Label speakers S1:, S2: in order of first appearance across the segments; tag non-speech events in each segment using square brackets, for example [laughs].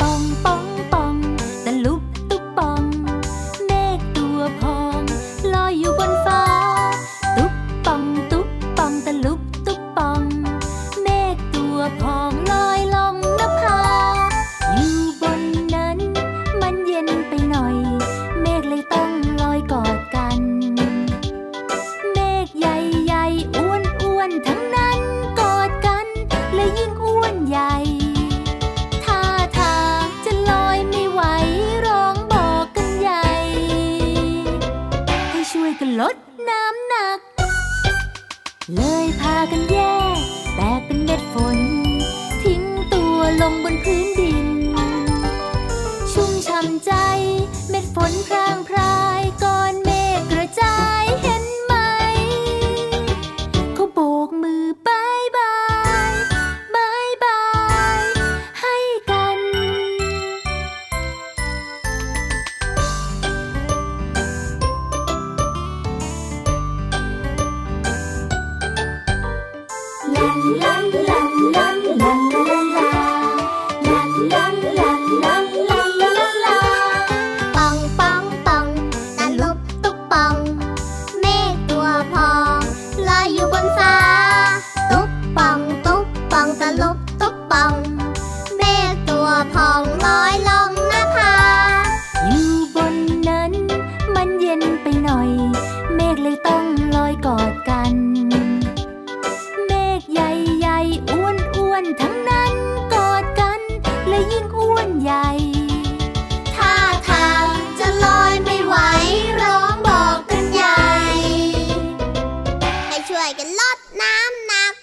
S1: ปองปองปองตะลุกตุกปองเมฆตัวพองลอยอยู่บนฟ้า ตุกปองตุกปองตะลุกตุกปองเมฆตัวพองลอยลงนภาอยู่บนนั้น มันเย็นไปหน่อย เมฆเลยต้องลอยกอดกัน เมฆใหญ่ๆอ้วนอ้วนๆทั้งนั้นกอดกัน และยิ่งอ้วนใหญ่ ท่าทางจะลอยไม่ไหวร้องบอกกันใหญ่ ให้ช่วยกันลดน้ำหนัก เลยพากันแยกแตกเป็นเม็ดฝน ทิ้งตัวลงบนพื้นดิน ชุ่มช่ำใจเม็ดฝนพรางพรายก้อนเมฆกระจายเห็นไหม เขาโบกมือบายบายบายบาย ให้กัน
S2: ปองปองปองตะลุกตุกปอง เมฆตัวพองลอยอยู่บนฟ้า ตุกปองตุกปองตะลุกตุกปอง เมฆตัวพองลอยลงนภา
S1: อยู่บนนั้น มันเย็นไปหน่อย เมฆเลยต้องลอยกอดกัน เมฆใหญ่ๆอ้วนอ้วนๆทั้งนั้นกอดกัน และยิ่งอ้วนใหญ่
S2: ท่าทางจะลอยไม่ไหวร้องบอกกันใหญ่ ให้ช่วยกันลดน้ำหนัก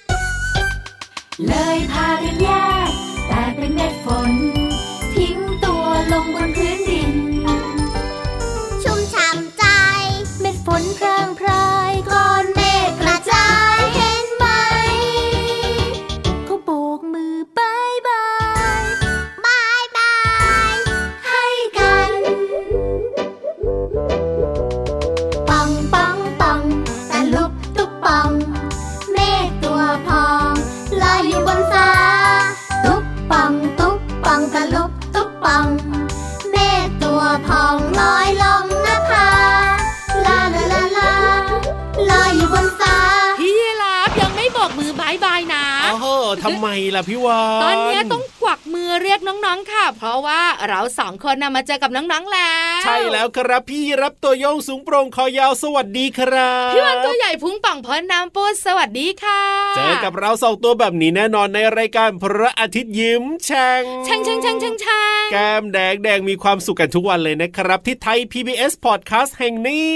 S1: เลยพากันแยกแต่เป็นเม็ดฝน ทิ้งตัวลงบนพื้นดิน
S2: ชุ่มช่ำใจ
S1: เม็ดฝนพรางพรายก้อนเมฆก
S2: ก
S1: ระ
S2: ระ
S1: จา
S2: จาย ยเห็นไหม
S1: เขาโบกมือบายบาย
S2: บายบาย ให้กัน ปองปองปองตะลุกตุกปอง เมฆตัวพองลอยอยู่บนฟ้า ตุกปองตุกปองตะลุกตุกปอง เมฆตัวพองลอยลงนภาลาลาลาลาลอยอยู่บนฟ้า
S3: พี่ยีราฟยังไม่บอกมือบายบายนะ
S4: โอ้โหทำไมล่ะพี่วาน
S3: ตอนเนี้ยต้องกวักมือเรียกน้องๆค่ะ เพราะว่าเราสองคนนะมาเจอกับน้องๆแล้ว
S4: ใช่แล้วครับพี่รับตัวโยงสูงโปร่งคอยาวสวัสดีครับ
S3: พี่วันตัวใหญ่พุงป่องพอน้ำปูสวัสดีค่ะ
S4: เจอกับเราสองตัวแบบนี้แน่นอนในรายการพระอาทิตย์ยิ้มแฉ่ง
S3: ช่างช่างช่างช่างช่าง
S4: แก้มแดงแดงมีความสุขกันทุกวันเลยนะครับ ที่ไทย PBS Podcast แห่งนี้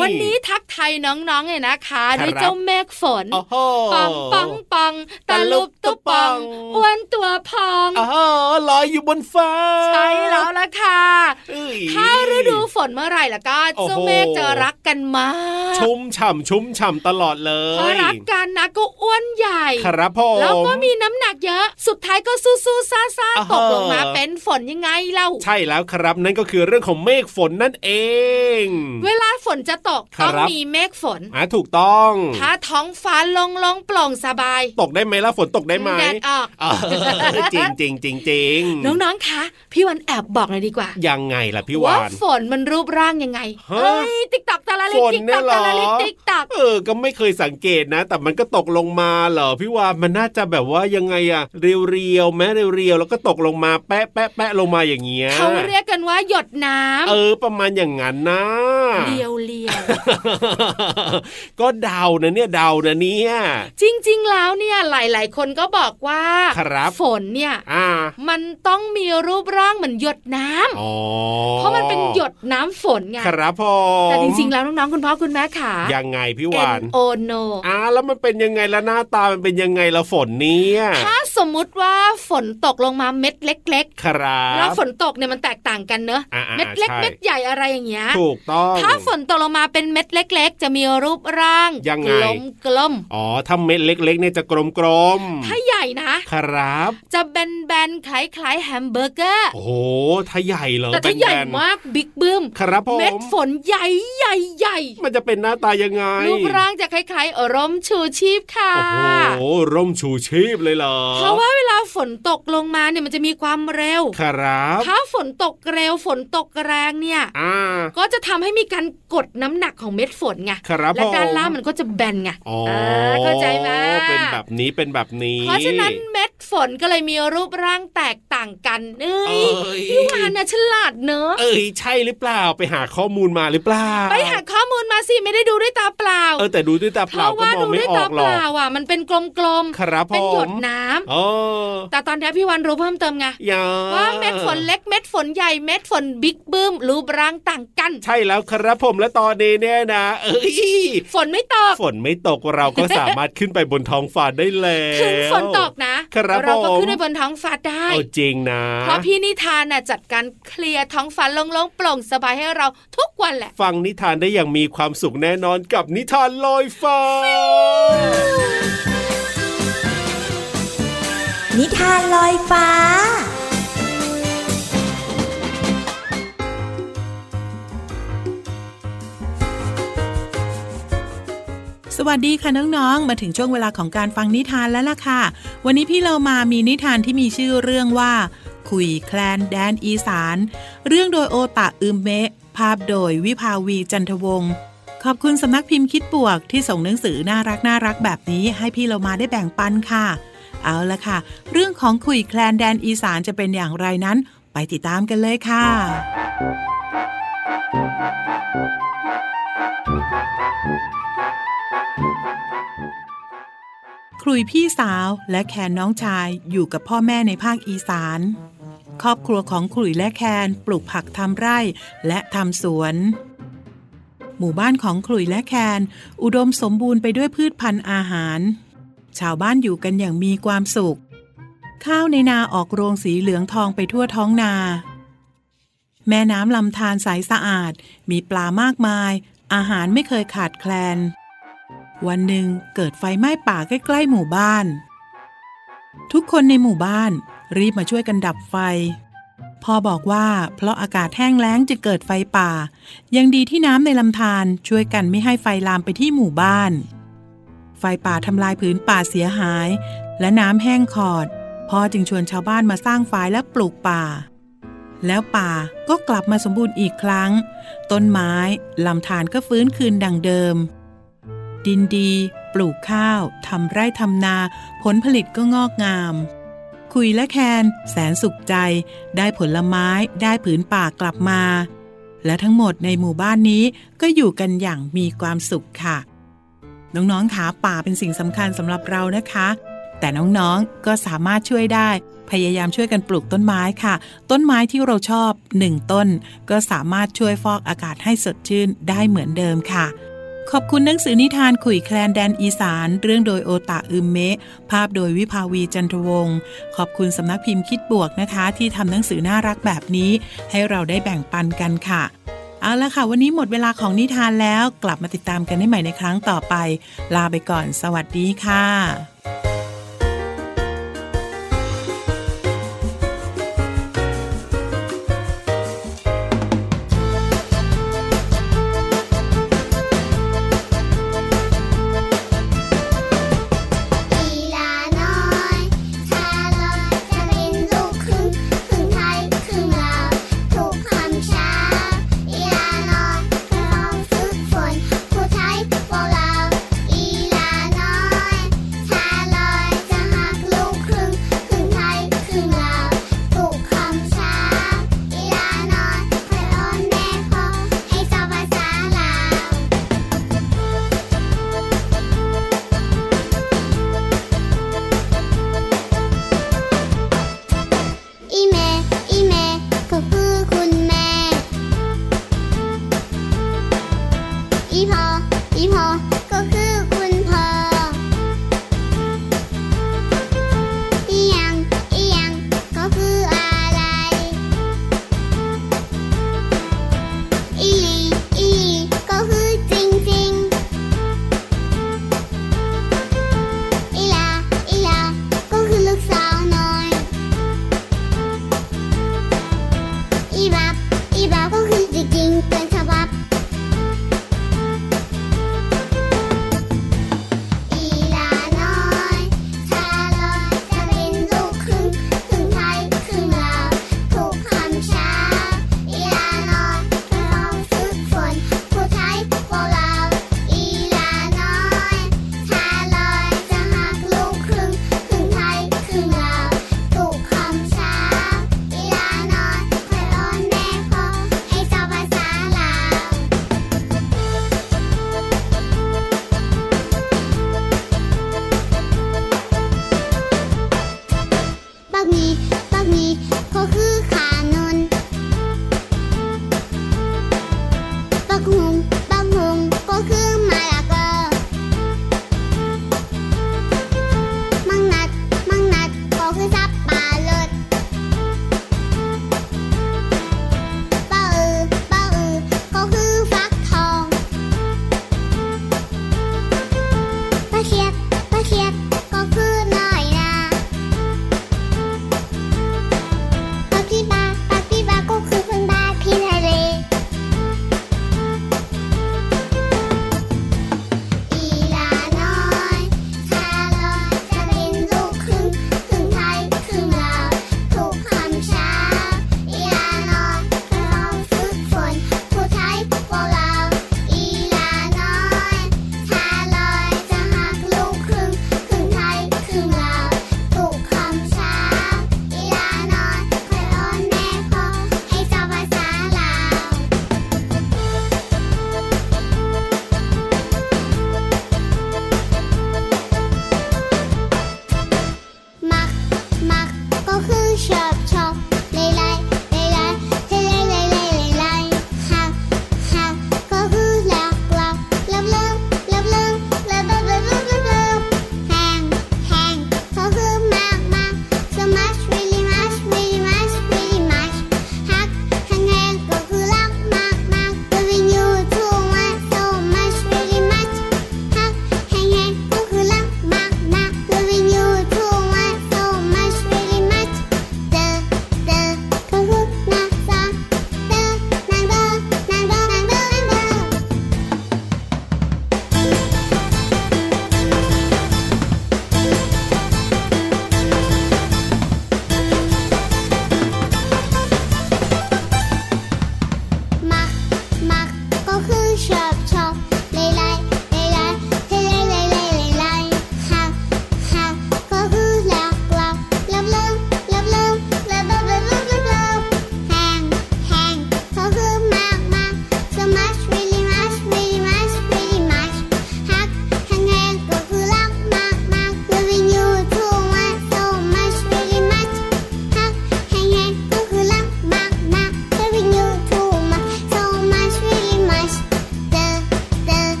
S3: วันนี้ทักไทายน้องๆเนี่ยนะคะ
S4: ครับ
S3: ด้วยเจ้าเมฆฝน
S4: โอ้โห
S3: ปังปังปังตะลุบตุบปัง
S4: ตะลุบตุบปัง
S3: อ้วนตัวพอง
S4: โอ้โหลอยอยู่บนฟ้า
S3: ใช่แล้วล่ะค่ะ
S4: เอ้ย
S3: ถ้าฤดูฝนเมื่อไหร่ล่ะก็
S4: โอ้โห
S3: เจ้าเมฆจะรักกันมาก
S4: ชุ่มฉ่ำชุ่มฉ่ำตลอดเลย
S3: พอรักกันนะก็อ้วนใหญ่
S4: ครับผม
S3: แล้วก็มีน้ำหนักเยอะ สุดท้ายก็สู้ๆซ่าๆ
S4: อ่าฮะ
S3: ตกลงมาเป็นฝนยังไงเล่า
S4: ใช่แล้วครับนั่นก็คือเรื่องของเมฆฝนนั่นเอง
S3: เวลาฝนจะตก
S4: ครับ
S3: ต้องมีเมฆฝน
S4: อ่ะถูกต้อง
S3: ถ้าท้องฟ้าโลงลงๆโปร่งสบาย
S4: ตกได้ไหมล่ะฝนตกได้ไหม
S3: แดดออก
S4: เออ [laughs] จริงจริงจริงจริง
S3: น้องๆ คะ พี่วันแอบบอกเลยดีกว่า
S4: ยังไงล่ะพี่
S3: ว่าว
S4: าน
S3: ฝนมันรูปร่างยังไง
S4: ฮะ
S3: เอ้ยติ๊กตอกตะละลิ
S4: ฝน
S3: ติ๊ก
S4: เนี่
S3: ตอย ก
S4: เหรอ
S3: ตะละลิติ๊กตอก
S4: เออ ก็ไม่เคยสังเกตนะ แต่มันก็ตกลงมาเหรอพี่วานมันน่าจะแบบว่ายังไงอะเรียวๆแม้เรียวๆแล้วก็ตกลงมาแปะแปะแปะ ลงมาอย่างเงี้ย
S3: เขาเรียกกันว่าหยดน้ำ
S4: เออ ประมาณอย่างนั้นนะ
S3: เลียวเลียว
S4: [laughs] ก็เดานะเนี่ยเดานะเนี่ย
S3: จริง ๆ แล้วเนี่ยหลาย ๆ คนก็บอกว่า
S4: ครับ
S3: ฝนเนี่ย
S4: อ่า
S3: มันต้องมีรูปร่างเหมือนหยดน้ำ
S4: อ๋อ
S3: เพราะมันเป็นหยดน้ำฝนไง
S4: ครับพอ
S3: แต่จริงๆแล้วน้องๆคุณพ่อคุณแม่ขา
S4: ยังไงพี่วาน
S3: โอโน
S4: อ่าแล้วมันเป็นยังไงละหน้าตามันเป็นยังไงละฝนเนี่ย
S3: ถ้าสมมุติว่าฝนตกลงมาเม็ดเล็ก
S4: ครั
S3: ๆ
S4: บ
S3: แล้วฝนตกเนี่ยมันแตกต่างกันเนอะ
S4: อ่าๆ
S3: เม็ดเล็ก
S4: ใช่
S3: เม็ดใหญ่อะไรอย่างเงี้ย
S4: ถูกต้อง
S3: ถ้าฝนตกลงมาเป็นเม็ดเล็ก ๆ จะมีรูปร่าง
S4: ยังไง
S3: กลมกลม
S4: อ๋อถ้าเม็ดเล็กๆเนี่ยจะกลม
S3: ๆ
S4: ๆ
S3: ถ้าใหญ่นะ
S4: ครับ
S3: จะแบนๆคล้ายๆแฮมเบอร์เกอร์
S4: โอ้โหถ้าใหญ่เหรอ
S3: แต่ถ้าใหญ่
S4: แบนๆ
S3: มากบิ๊กบึ้ม
S4: ครับผม
S3: เม็ดฝนใหญ่ใหญ่ใหญ่ๆ
S4: มันจะเป็นหน้าตายังไง
S3: รูปร่างจะคล้ายๆร่มชูชีพค่ะ
S4: โอ้โหร่มชูชีพเลยเหรอ
S3: เพราะว่าเวลาฝนตกลงมาเนี่ยมันจะมีความเร็ว
S4: ครับ
S3: ถ้าฝนตกเร็วฝนตกแรงเนี่ย
S4: อ่า
S3: ก็จะทำให้มีการกดน้ำหนักของเม็ดฝนไง
S4: ครับ
S3: และด้าน
S4: ผม
S3: ล่างมันก็จะแบนไง
S4: อ๋อ
S3: เออเข้าใจไหม
S4: เป็นแบบนี้เป็นแบบนี้
S3: เพราะฉะนั้นเม็ดฝนก็เลยมีรูปร่างแตกต่างกัน เอ้
S4: เอย ย
S3: พี่วานนะฉลาดเนอะ
S4: เอ้ยใช่หรือเปล่าไปหาข้อมูลมาหรือเปล่า
S3: ไปหาข้อมูลมาสิไม่ได้ดูด้วยตาเปล่า
S4: เออแต่ดูด้วยตาเป
S3: เพ
S4: ล่า
S3: ราะ
S4: ก็
S3: ว่าม
S4: อง
S3: ดู
S4: ไม่
S3: ด้วย
S4: อ
S3: ตา
S4: อกห
S3: เป
S4: รอก
S3: ล่าอ่ะมันเป็นกลมๆ
S4: ครับผม
S3: เป็นหยดน้ำ
S4: อ๋อ
S3: แต่ตอนนี้พี่วันรู้เพิ่มเติมไง
S4: อย่า
S3: ว่าเม็ดฝนเล็กเม็ดฝนใหญ่เม็ดฝนบิ๊กบึ้มรูปร่างต่างกัน
S4: ใช่แล้วครับผมและตอนนี้เนี่ยนะ เอ้ย
S3: ฝนไม่ตก
S4: ฝนไม่ตกเราก็สามารถขึ้นไปบนท้องฟ้าได้แล้ว
S3: ถึงฝนตกนะครับ เรา
S4: ผ
S3: ก็
S4: ม
S3: ขึ้นไปบนท้องฟ้าได้
S4: เอาจริงนะ
S3: เพราะพี่นิทานน่ะจัดการเคลียร์ท้องฟ้าโล่งๆโปร่งสบายให้เราทุกวันแหละ
S4: ฟังนิทานได้อย่างมีความสุขแน่นอนกับนิทานลอยฟ้า
S5: นิทานลอยฟ้า
S6: สวัสดีค่ะน้องๆ มาถึงช่วงเวลาของการฟังนิทานแล้วล่ะค่ะ วันนี้พี่เรามามีนิทานที่มีชื่อเรื่องว่า คุยแคลนแดนอีสาน เรื่องโดยโอตะอึมเมะ ภาพโดยวิภาวีจันทวงศ์ ขอบคุณสำนักพิมพ์คิดบวกที่ส่งหนังสือน่ารักน่ารักแบบนี้ให้พี่เรามาได้แบ่งปันค่ะ เอาละค่ะ เรื่องของคุยแคลนแดนอีสานจะเป็นอย่างไรนั้น ไปติดตามกันเลยค่ะ ครุยพี่สาวและแคนน้องชายอยู่กับพ่อแม่ในภาคอีสาน ครอบครัวของครุยและแคนปลูกผักทำไร่และทำสวน หมู่บ้านของครุยและแคน อุดมสมบูรณ์ไปด้วยพืชพันธุ์อาหาร ชาวบ้านอยู่กันอย่างมีความสุข ข้าวในนาออกโรงสีเหลืองทองไปทั่วท้องนา แม่น้ำลำธารใสสะอาด มีปลามากมาย อาหารไม่เคยขาดแคลน วันหนึ่งเกิดไฟไหม้ป่าใกล้ ๆ หมู่บ้าน ทุกคนในหมู่บ้านรีบมาช่วยกันดับไฟ พ่อบอกว่าเพราะอากาศแห้งแล้งจะเกิดไฟป่า ยังดีที่น้ำในลำธารช่วยกันไม่ให้ไฟลามไปที่หมู่บ้าน ไฟป่าทำลายผืนป่าเสียหาย และน้ำแห้งขอด พ่อจึงชวนชาวบ้านมาสร้างฝายและปลูกป่า แล้วป่าก็กลับมาสมบูรณ์อีกครั้ง ต้นไม้ลำธารก็ฟื้นคืนดังเดิม ดินดี ปลูกข้าว ทำไร่ทำนา ผลผลิตก็งอกงาม คุยและแคน แสนสุขใจ ได้ผลไม้ ได้ผืนป่ากลับมา และทั้งหมดในหมู่บ้านนี้ก็อยู่กันอย่างมีความสุขค่ะ น้องๆขาป่าเป็นสิ่งสำคัญสำหรับเรานะคะ แต่น้องๆ ก็สามารถช่วยได้ พยายามช่วยกันปลูกต้นไม้ค่ะ ต้นไม้ที่เราชอบหนึ่งต้น ก็สามารถช่วยฟอกอากาศให้สดชื่นได้เหมือนเดิมค่ะ ขอบคุณหนังสือนิทานขุยแคลนแดนอีสาน เรื่องโดยโอตะอึมเมะ ภาพโดยวิภาวีจันทวงศ์ขอบคุณสำนักพิมพ์คิดบวกนะคะ ที่ทำหนังสือน่ารักแบบนี้ ให้เราได้แบ่งปันกันค่ะ เอาละค่ะ วันนี้หมดเวลาของนิทานแล้วกลับมาติดตามกันได้ใหม่ในครั้งต่อไป ลาไปก่อน สวัสดีค่ะ
S2: อีลาน้อยชาลอจะเป็นลูกครึ่งครึ่งไทยครึ่งลาวถูกความช้า อีลาน้อยก็ต้องฝึกฝนผู้ไทยโบราณอีลาน้อยชาลอจะหักลูกครึ่งครึ่งไทยครึ่งลาวถูกความช้า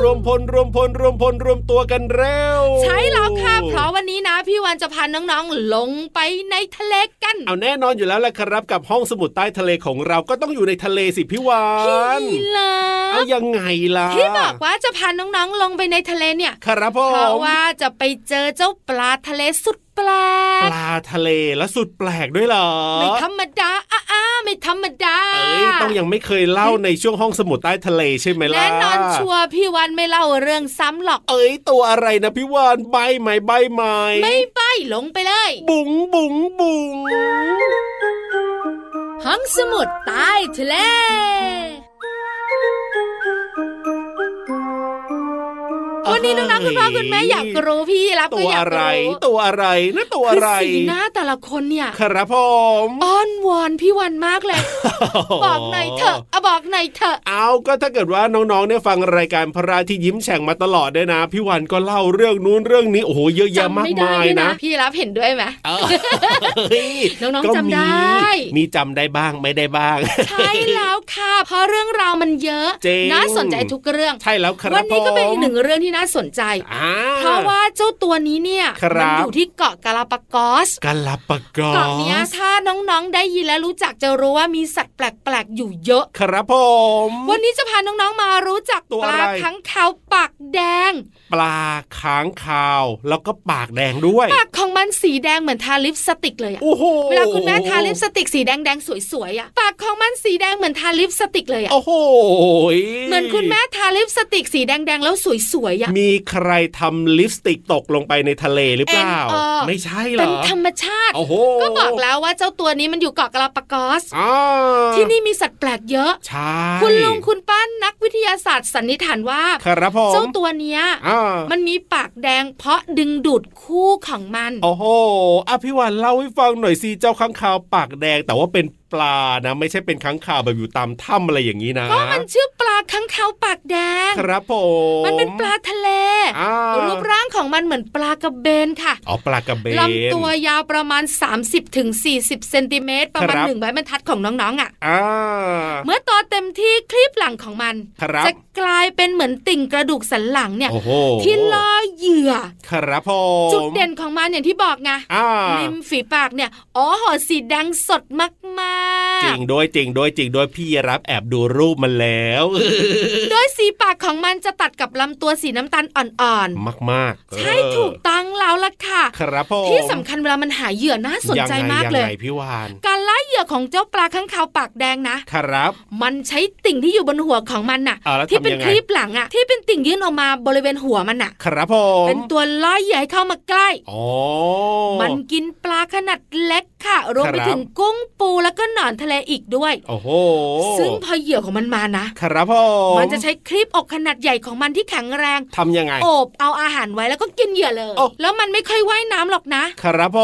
S4: รวมพลรวมพลรวมพลรวมตัวกันเร็ว
S3: ใช่แล้วค่ะ เพราะวันนี้นะ พี่วันจะพาน้องๆลงไปในทะเลกัน
S4: เอาแน่นอนอยู่แล้วแหละครับกับห้องสมุดใต้ทะเลของเราก็ต้องอยู่ในทะเลสิพี่วาน
S3: พี่เลิ
S4: เอา
S3: ฟ
S4: ยังไงล่ะ
S3: ที่บอกว่าจะพาน้องๆลงไปในทะเลเนี่ย
S4: ครับพ่อ
S3: เพราะว่าจะไปเจอเจ้าปลาทะเลสุดแปล
S4: ป
S3: ก
S4: ลาทะเลและสุดแปลกด้วยเหรอ
S3: ไม่ธรรมดาอ้าอ้าไม่ธรรมดา
S4: เอ้ยต้องยังไม่เคยเล่าในช่วงห้องสมุดใต้ทะเลใช่ไหมล่ะ
S3: แน่นอนชัวร์พี่วันไม่เล่าเรื่องซ้ำหรอก
S4: เอ้ยตัวอะไรนะพี่วานใบไหมใบไหม
S3: ไม่ใบลงไปเลย
S4: บุ๋งบุ๋งบุ๋ง
S3: ห้องสมุดใต้ทะเล วันนี้น้องๆคุณพ่อคุณแม่อยากรู้พี่รับ
S4: ตั
S3: ก็
S4: ว
S3: อยา
S4: อะ
S3: ก
S4: ไร
S3: รู้
S4: ตัวอะไรนะตัว
S3: คื
S4: อะไร
S3: สีหน้าแต่ละคนเนี่ย
S4: ครับผม
S3: อ้อนวอนพี่วันมากเลย [laughs] บอกหน่อยเถอะเอาบอกหน่อยเถอะ
S4: เอาก็ถ้าเกิดว่าน้องๆเนี่ยฟังรายการพระราที่ยิ้มแฉ่งมาตลอดเนี่ยนะ พี่วันก็เล่าเรื่องนู้นเรื่องนี้โอ้โหเยอะแยะ
S3: จำ
S4: มาก
S3: ไม่ได้
S4: มาย
S3: ด้วย
S4: นะ
S3: นะพี่รับเห็นด้วยไหม
S4: เออเฮ้ย
S3: น้องๆ
S4: ก็
S3: จำได้
S4: มีมีจำได้บ้างไม่ได้บ้าง [laughs]
S3: ใช่แล้วค่ะ เพราะเรื่องราวมันเยอะ
S4: จริง
S3: น่าสนใจทุกเรื่อง
S4: ใช่แล้วครับ
S3: วันี้ก็เป็น
S4: ผม
S3: อีกหนึ่งเรื่องที่น่าสนใจ
S4: อ่า
S3: เพราะว่าเจ้าตัวนี้เนี่ย
S4: ครั
S3: มั
S4: บ
S3: อยู่ที่เกาะกาลาปากอส
S4: กาลาปากอ
S3: เกาะเนี้ย
S4: ส
S3: ถ้าน้องๆได้ยินและรู้จักจะรู้ว่ามีสัตว์แปลกๆอยู่เยอะ
S4: ครับผม
S3: วันนี้จะพาน้องๆมารู้จัก
S4: ตัว
S3: ป
S4: อะไร
S3: ลาค้างคาวปากแดง
S4: ปลาค้างคาว แล้วก็ปากแดงด้วย
S3: ปากของมันสีแดงเหมือนทาลิปสติกเลยอะ
S4: โอ้โห
S3: เวลาคุณแม่ทาลิปสติกสีแดงๆสวยๆอะปากของมันสีแดงเหมือนทาลิปสติกเลยอะ
S4: โอ้โห
S3: เหมือนคุณแม่ทาลิปสติกสีแดง ๆ แล้วสวยๆอ่ะ
S4: มีใครทำลิปสติกตกลงไปในทะเลหรือเปล่า
S3: แอนเออ
S4: ไม่ใช่เหร
S3: เป็น
S4: อ
S3: ธรรมชาติ
S4: โอ้โห
S3: ก็บอกแล้วว่าเจ้าตัวนี้มันอยู่เกาะกาลาปากอส
S4: อ่า
S3: ที่นี่มีสัตว์แปลกเยอะ
S4: ใช่
S3: คุณลุงคุณป้านักวิทยาศาสตร์สันนิษฐานว่า
S4: ครับผม
S3: เจ้าตัวเนี้ย
S4: อ่า
S3: มันมีปากแดงเพราะดึงดูดคู่ของมัน
S4: โอ้โหอ่ะพี่วันเล่าให้ฟังหน่อยสิเจ้าค้างคาวปากแดงแต่ว่าเป็นปลานะ ไม่ใช่เป็นค้างคาวแบบอยู่ตามถ้ำอะไรอย่างนี้นะ
S3: ก็มันชื่อปลาค้างคาวปากแดง
S4: ครับผม
S3: มันเป็นปลาทะเล
S4: อ่า
S3: รูปร่างของมันเหมือนปลากระเบนค่ะ
S4: อ๋อปลากระเบน
S3: ลำตัวยาวประมาณ 30-40ถึง40เซนติเมตรประมาณ
S4: ครับ
S3: หนึ่งใบบรรทัดของน้องๆอ่ะ
S4: อ่า
S3: เมื่อโตเต็มที่คลีบหลังของมัน
S4: ครับ
S3: จะกลายเป็นเหมือนติ่งกระดูกสันหลังเนี่ย
S4: โอ้โห
S3: ที่ล่อเหยื่อ
S4: ครับผม
S3: จุดเด่นของมันอย่างที่บอกไง
S4: อ่า
S3: ริมฝีปากเนี่ยอ๋อหอสีแดงสดมาก
S4: จริงด้วยจริงด้วยจริงด้วยพี่รับแอบดูรูปมันแล้ว
S3: ๆ โดยสีปากของมันจะตัดกับลำตัวสีน้ำตาลอ่อน
S4: มากมากๆ
S3: ๆ ใช่
S4: เออ
S3: ถูกต้องแล้วล่ะค่ะ
S4: ครับผม
S3: ที่สำคัญเวลามันหาเหยื่อน่าสนใจ
S4: งไง
S3: มากเลย
S4: งไงพี่วาน
S3: การล่าเหยื่อของเจ้าปลาข้างคาวปากแดงนะ
S4: ครับ
S3: มันใช้ติ่งที่อยู่บนหัวของมันน่ะ
S4: อ่าแล้ว
S3: ที่เป็น
S4: ทำยังไง
S3: คลิปหลังอ่ะ ที่เป็นติ่งยื่นออกมาบริเวณหัวมันน่ะ
S4: ครับผม
S3: เป็นตัวล่อเหยื่อให้เข้ามาใกล้
S4: อ๋อ
S3: มันกินปลาขนาดเล็กค่ะ รวมไป
S4: ครับ
S3: ถึงกุ้งปูแล้วก็หนอนทะเลอีกด้วย
S4: โอ้โห
S3: ซึ่งพอเหยื่อของมันมานะ
S4: ครับผม
S3: มันจะใช้คลิปอกขนาดใหญ่ของมันที่แข็งแรง
S4: ทำยังไง
S3: โอบเอาอาหารไว้แล้วก็กินเหยื่อเลย
S4: โอ้
S3: แล้วมันไม่ค่อยว่ายน้ำหรอกนะ
S4: ครับผ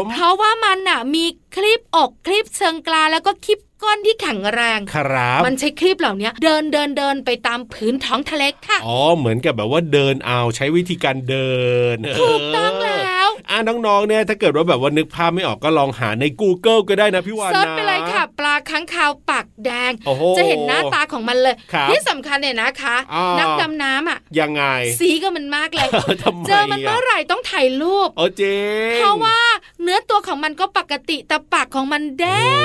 S4: ม
S3: เพราะว่ามันน่ะ มีคลิปอกคลิปเชิงกรานแล้วก็คลิปก้อนที่แข็งแรง
S4: ครับ
S3: มันใช้คลิปเหล่านี้เดินเดินเดินไปตามพื้นท้องทะเลค่ะ
S4: อ๋อเหมือนกับแบบว่าเดินเอาใช้วิธีการเดิน
S3: ถูกต้องแล้ว
S4: อ่าน้องๆ เนี่ยถ้าเกิดว่าแบบว่านึกภาพไม่ออกก็ลองหาใน Google ก็ได้นะพี่วานนะ
S3: เซิร์ชไปเลยค่ะ ปลาค้างคาวปากแดง
S4: โอ้โห
S3: จะเห็นหน้าตาของมันเลย
S4: ครับ
S3: ที่สำคัญเนี่ยนะคะ
S4: อ่านั
S3: นักดำน้ำอ่ะ
S4: ยังไง
S3: สีก็มันมากเลย
S4: ทำไม
S3: เจอมันเมื่อไหร่ต้องถ่ายรูป
S4: โอ้จริง
S3: เพราะว่าเนื้อตัวของมันก็ปกติแต่ปากของมันแด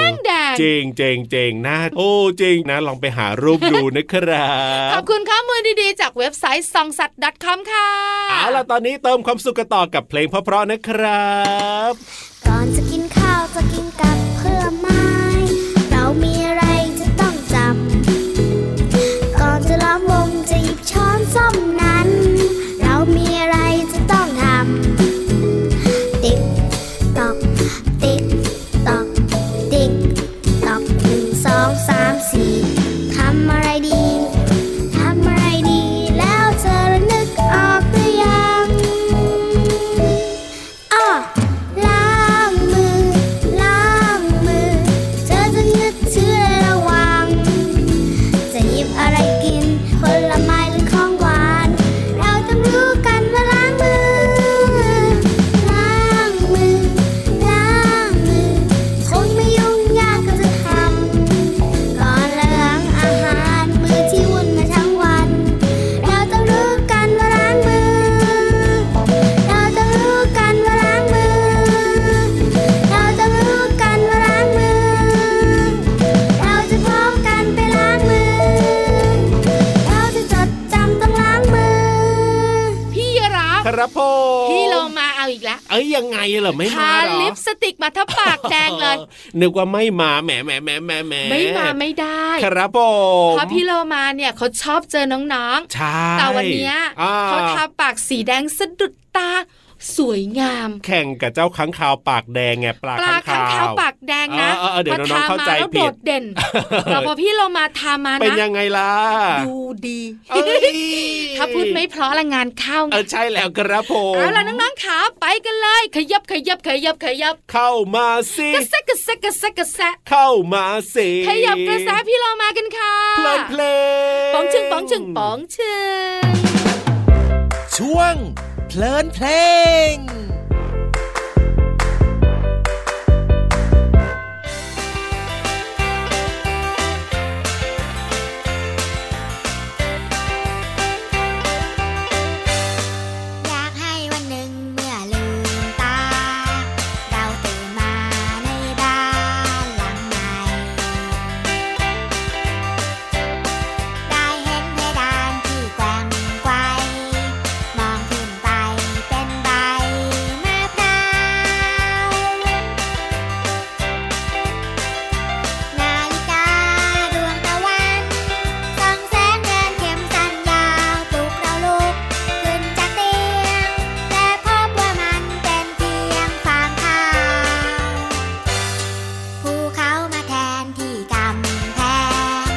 S3: งแดง
S4: จริงเจงเจงนะ โอ้จริงนะ ลองไปหารูปดูนะครับ
S3: ขอบคุณข้อมูลดีๆ จากเว็บไซต์ song s a t com ค่ะ
S4: เอาล่ะตอนนี้เติมความสุขกันต่อกับเพลงเพราะๆนะครับ
S2: ก่อนจะกินข้าวจะกินกับเพื่อไม้ เรามีอะไรจะต้องจำ ก่อนจะล้อมวงจะหยิบช้อนส้อมนั้น เรามีอะไรจะต้องทำ ติ๊กตอก ติ๊กตอก ติ๊กตอกหนึ่งสองสามสี่ทำอะไรดี ทำอะไรดี แล้วเธอระนึกออกหรือยัง อ้อล้างมือ ล้างมือ
S4: ครับผม
S3: พี่โลมาเอาอีกแล้ว
S4: เอ้ยยังไงเหรอไม่มา
S3: ทา
S4: เหรอ
S3: ลิปสติกมาทับปากแดงเลย
S4: นึกว่าไม่มาแหมแหมแหมแหมแหม
S3: ไม่มาไม่ได้
S4: ครับผม
S3: เพราะพี่โลมาเนี่ยเขาชอบเจอน้อง
S4: ใช่
S3: ๆ แต่วันเนี้ย
S4: อ่
S3: เขาทาปากสีแดงสะดุดตา สวยงาม
S4: แข่งกับเจ้าค้างคาวปากแดงไงปลา
S3: ปลา
S4: ค้า
S3: ข้าง ง
S4: คา
S3: ขาว วปากแดงนะ
S4: เออเออเดี๋ยว
S3: พ
S4: น้องๆเข้าใจ
S3: ทแล้ว
S4: ผิด
S3: โดด
S4: [laughs]
S3: เด่นแต่พอพี่โลมาทามา
S4: เป็น
S3: นะ
S4: ยังไงล่ะ
S3: ดูดี
S4: เอ้ย
S3: ถ้าพูดไม่เพราะละงานเข้าไง
S4: เออใช่แล้วครับผม
S3: เอาล่ะน้องๆขาไปกันเลย ขยับขยับขยับขยับ
S4: เข้ามาสิ
S3: กระแซะกระแซะกระแซะกระแซะ
S4: เข้ามาสิ
S3: ขยับกระแซะพี่โลมากันค่ะ
S4: เพลินเพลง
S3: ป๋องชึงป๋องชึงป๋องชึง
S7: ช่วง เพลินเพลง
S2: อยากให้วันหนึ่งเมื่อลืมตา เราตื่นมาในบ้านหลังใหม่ ได้เห็นเพดานที่แกว่งไกวมองขึ้นไปเป็นใบมะพร้าว นาฬิกาดวงตะวันส่องแสงเดือนเข็มสั้นยาวปลุกเราลุก ขึ้นจากเตียง แต่พบว่ามันเป็นเพียงความข่าวภูเขามาแทนที่กำแพง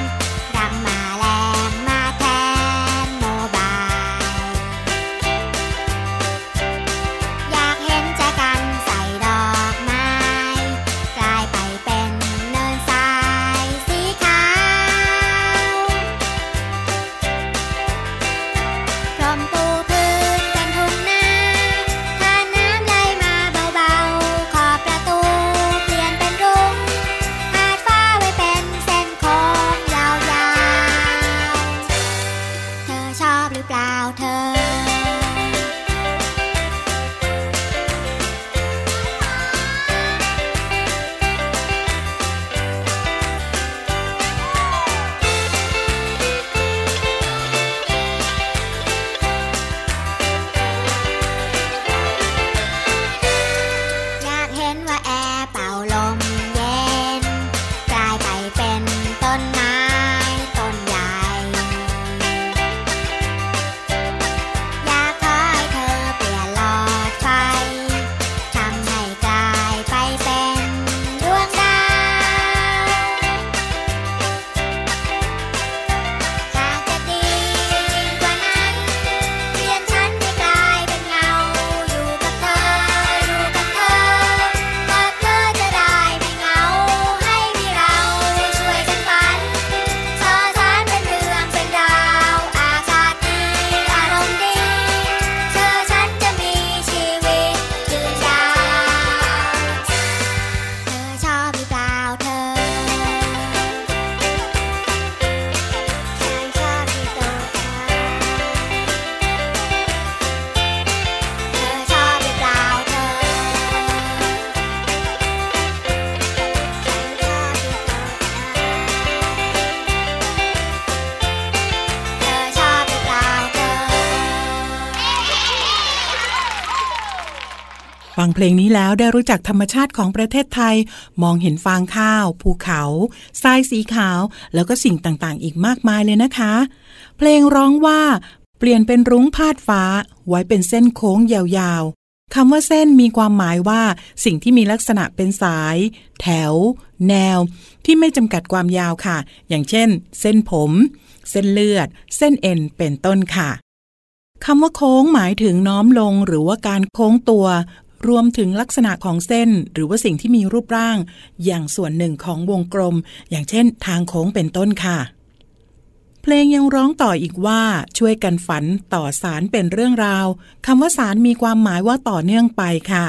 S2: รังมาแรงมาแทนโมบาย อยากเห็นใจกันใส่ดอกไม้ กลายไปเป็นเนินทรายสีขาว พรมปูพื้นเป็นทุ่งนาทานน้ำไหลมาเบาๆ ขอบประตูเปลี่ยนเป็นรุ้งหาดฟ้าไว้เป็นเส้นโค้งยาวๆ เธอชอบหรือเปล่าเธอ อยากเห็นว่าแอร์เป่าลมเย็น กลายไปเป็นต้นไม้ต้นใหญ่ อยากขอให้เธอเปลี่ยนหลอดไฟทำให้กลายไปเป็นดวงดาว หากจะดีกว่านั้น เพียงฉันให้กลายเป็นเงา อยู่กับเธอ อยู่กับเธอกับเธอจะได้ไม่เหงา ให้มีเราช่วยกันฝันสอสารเป็นเรื่องเป็นราว อากาศดี อารมณ์ดี เธอฉันจะมีชีวิตยืนยาว เธอชอบหรือเปล่าเธอ ฉันชอบที่โตเธอ เธอชอบหรือเปล่าเธอ ฉันชอบที่โตเธอ เธอชอบหรือเปล่าเธอ
S6: ฟังเพลงนี้แล้วได้รู้จักธรรมชาติของประเทศไทย มองเห็นฟางข้าว ภูเขาทรายสีขาว แล้วก็สิ่งต่างๆ อีกมากมายเลยนะคะ เพลงร้องว่า เปลี่ยนเป็นรุ้งพาดฟ้า ไว้เป็นเส้นโค้งยาวๆคำว่าเส้นมีความหมายว่า สิ่งที่มีลักษณะเป็นสาย แถว แนว ที่ไม่จำกัดความยาวค่ะ อย่างเช่น เส้นผม เส้นเลือด เส้นเอ็นเป็นต้นค่ะ คำว่าโค้งหมายถึงน้อมลงหรือว่าการโค้งตัว รวมถึงลักษณะของเส้น หรือว่าสิ่งที่มีรูปร่าง อย่างส่วนหนึ่งของวงกลม อย่างเช่น ทางโค้งเป็นต้นค่ะ เพลงยังร้องต่ออีกว่าช่วยกันฝันต่อสารเป็นเรื่องราวคำว่าสารมีความหมายว่าต่อเนื่องไปค่ะ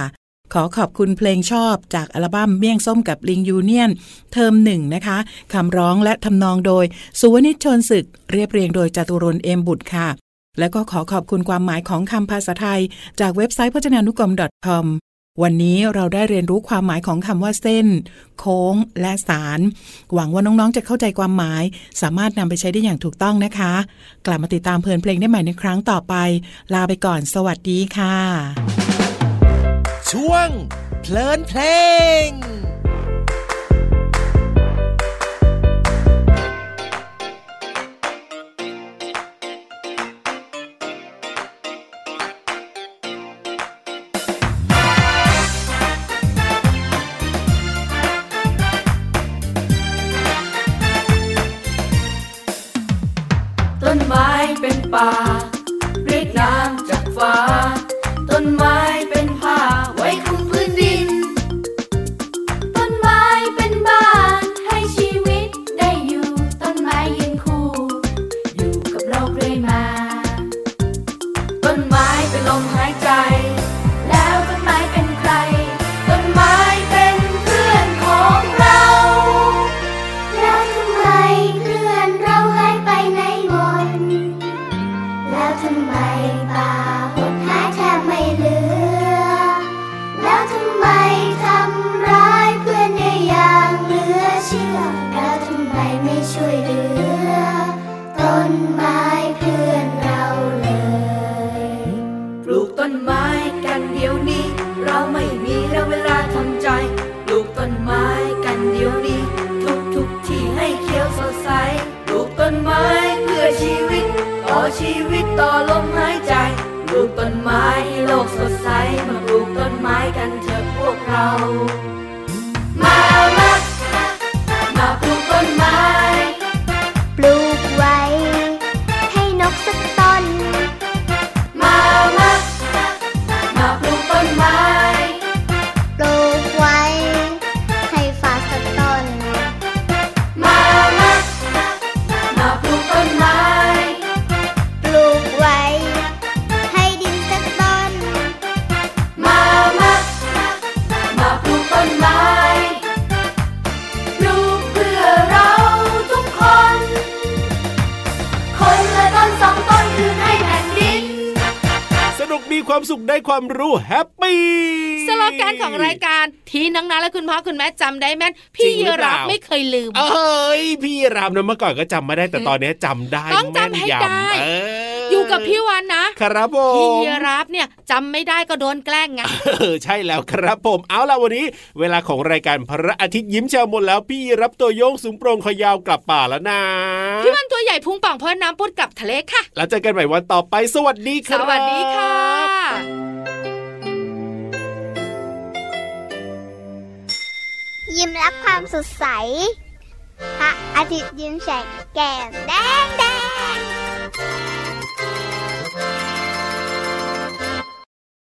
S6: ขอขอบคุณเพลงชอบจากอัลบั้มเมี่ยงส้มกับลิงยูเนียน เทอมหนึ่งนะคะคำร้องและทำนองโดย สุวนิชชนศึก เรียบเรียงโดยจตุรนต์เอมบุตรค่ะ แล้วก็ขอขอบคุณความหมายของคำภาษาไทย จากเว็บไซต์พจนานุกรม .com วันนี้เราได้เรียนรู้ความหมายของคำว่าเส้น โค้ง และสาร หวังว่าน้องๆ จะเข้าใจความหมาย สามารถนำไปใช้ได้อย่างถูกต้องนะคะ กลับมาติดตามเพลินเพลงได้ใหม่ในครั้งต่อไป ลาไปก่อน สวัสดีค่ะ
S7: ช่วงเพลินเพลง
S8: ต้นไม้เป็นป่าเรียกน้ำจากฟ้า ต้นไม้เป็นผ้าไว้คลุมพื้นดิน ต้นไม้เป็นบ้านให้ชีวิตได้อยู่ ต้นไม้ยืนคู่ อยู่กับเราเรื่อยมา ต้นไม้เป็นลมหายใจ แล้วต้นไม้เป็นใคร ต้นไม้เป็นเพื่อนของเรา
S2: แล้วทำไมเพื่อนเราหายไปไหนหมด แล้วทำไมป่าหดหายแทบไม่เหลือ แล้วทำไมทำร้ายเพื่อนได้อย่างเหลือเชื่อ แล้วทำไมไม่ช่วยเหลือ ต้นไม้เพื่อนเราเลย
S8: ปลูกต้นไม้กันเดี๋ยวนี้ เราไม่มีเราเวลาทำใจ ปลูกต้นไม้กันเดี๋ยวนี้ ทุกทุกๆที่ให้เขียวสดใส ปลูกต้นไม้เพื่อชีวิต ต่อชีวิตต่อลมหายใจ ปลูกต้นไม้ให้โลกสดใส มาปลูกต้นไม้กันเถอะพวกเรา มามามาปลูกต้นไม้
S2: ปลูกไว้ ให้นกสักต้น
S8: มามามาปลูกต้นไม้
S2: ปลูกไว้ ให้ฟ้าสักต้น
S8: มามามาปลูกต้นไม้
S2: ปลูกไว้ ให้ดินสักต้น
S8: มามามาปลูกต้นไม้ ปลูกเพื่อเราทุกคน คนละต้นสองต้นคืนให้แผ่นดิน
S4: สนุกมีความสุขได้ความรู้แฮปปี้
S3: สโลแกนของรายการที่น้องๆและคุณพ่อคุณแม่จำได้แม่นพี่
S4: จริงหรื
S3: เย
S4: อเป
S3: รั
S4: ล่า
S3: บไม่เคยลืม
S4: เอ้ยพี่รามนะเมื่อก่อนก็จำไม่ได้แต่ตอนนี้จำได้
S3: ต้องจำให้ได้
S4: แม่นยำเ
S3: อยู่กับพี่วันนะครับ
S4: ผม
S3: พี่เยรับเนี่ยจำไม่ได้ก็โดนแกล้งไง
S4: เออใช่แล้วครับผมเอาล่ะวันนี้ เวลาของรายการพระอาทิตย์ยิ้มแฉ่งหมดแล้วพี่รับตัวโยงสูงโปรงคอยาวกลับป่าแล้วนะ
S3: พี่วันตัวใหญ่พุงป่องเพราะน้ำปุดกลับทะเลค่ะ
S4: แล้วเจอกันใหม่วันต่อไปสวัสดีค
S3: ส
S4: รับ
S3: วัสดีค่ะ
S2: ยิ้มรับความสดใส พระอาทิตย์ยิ้มแฉกแก้มแดงแดง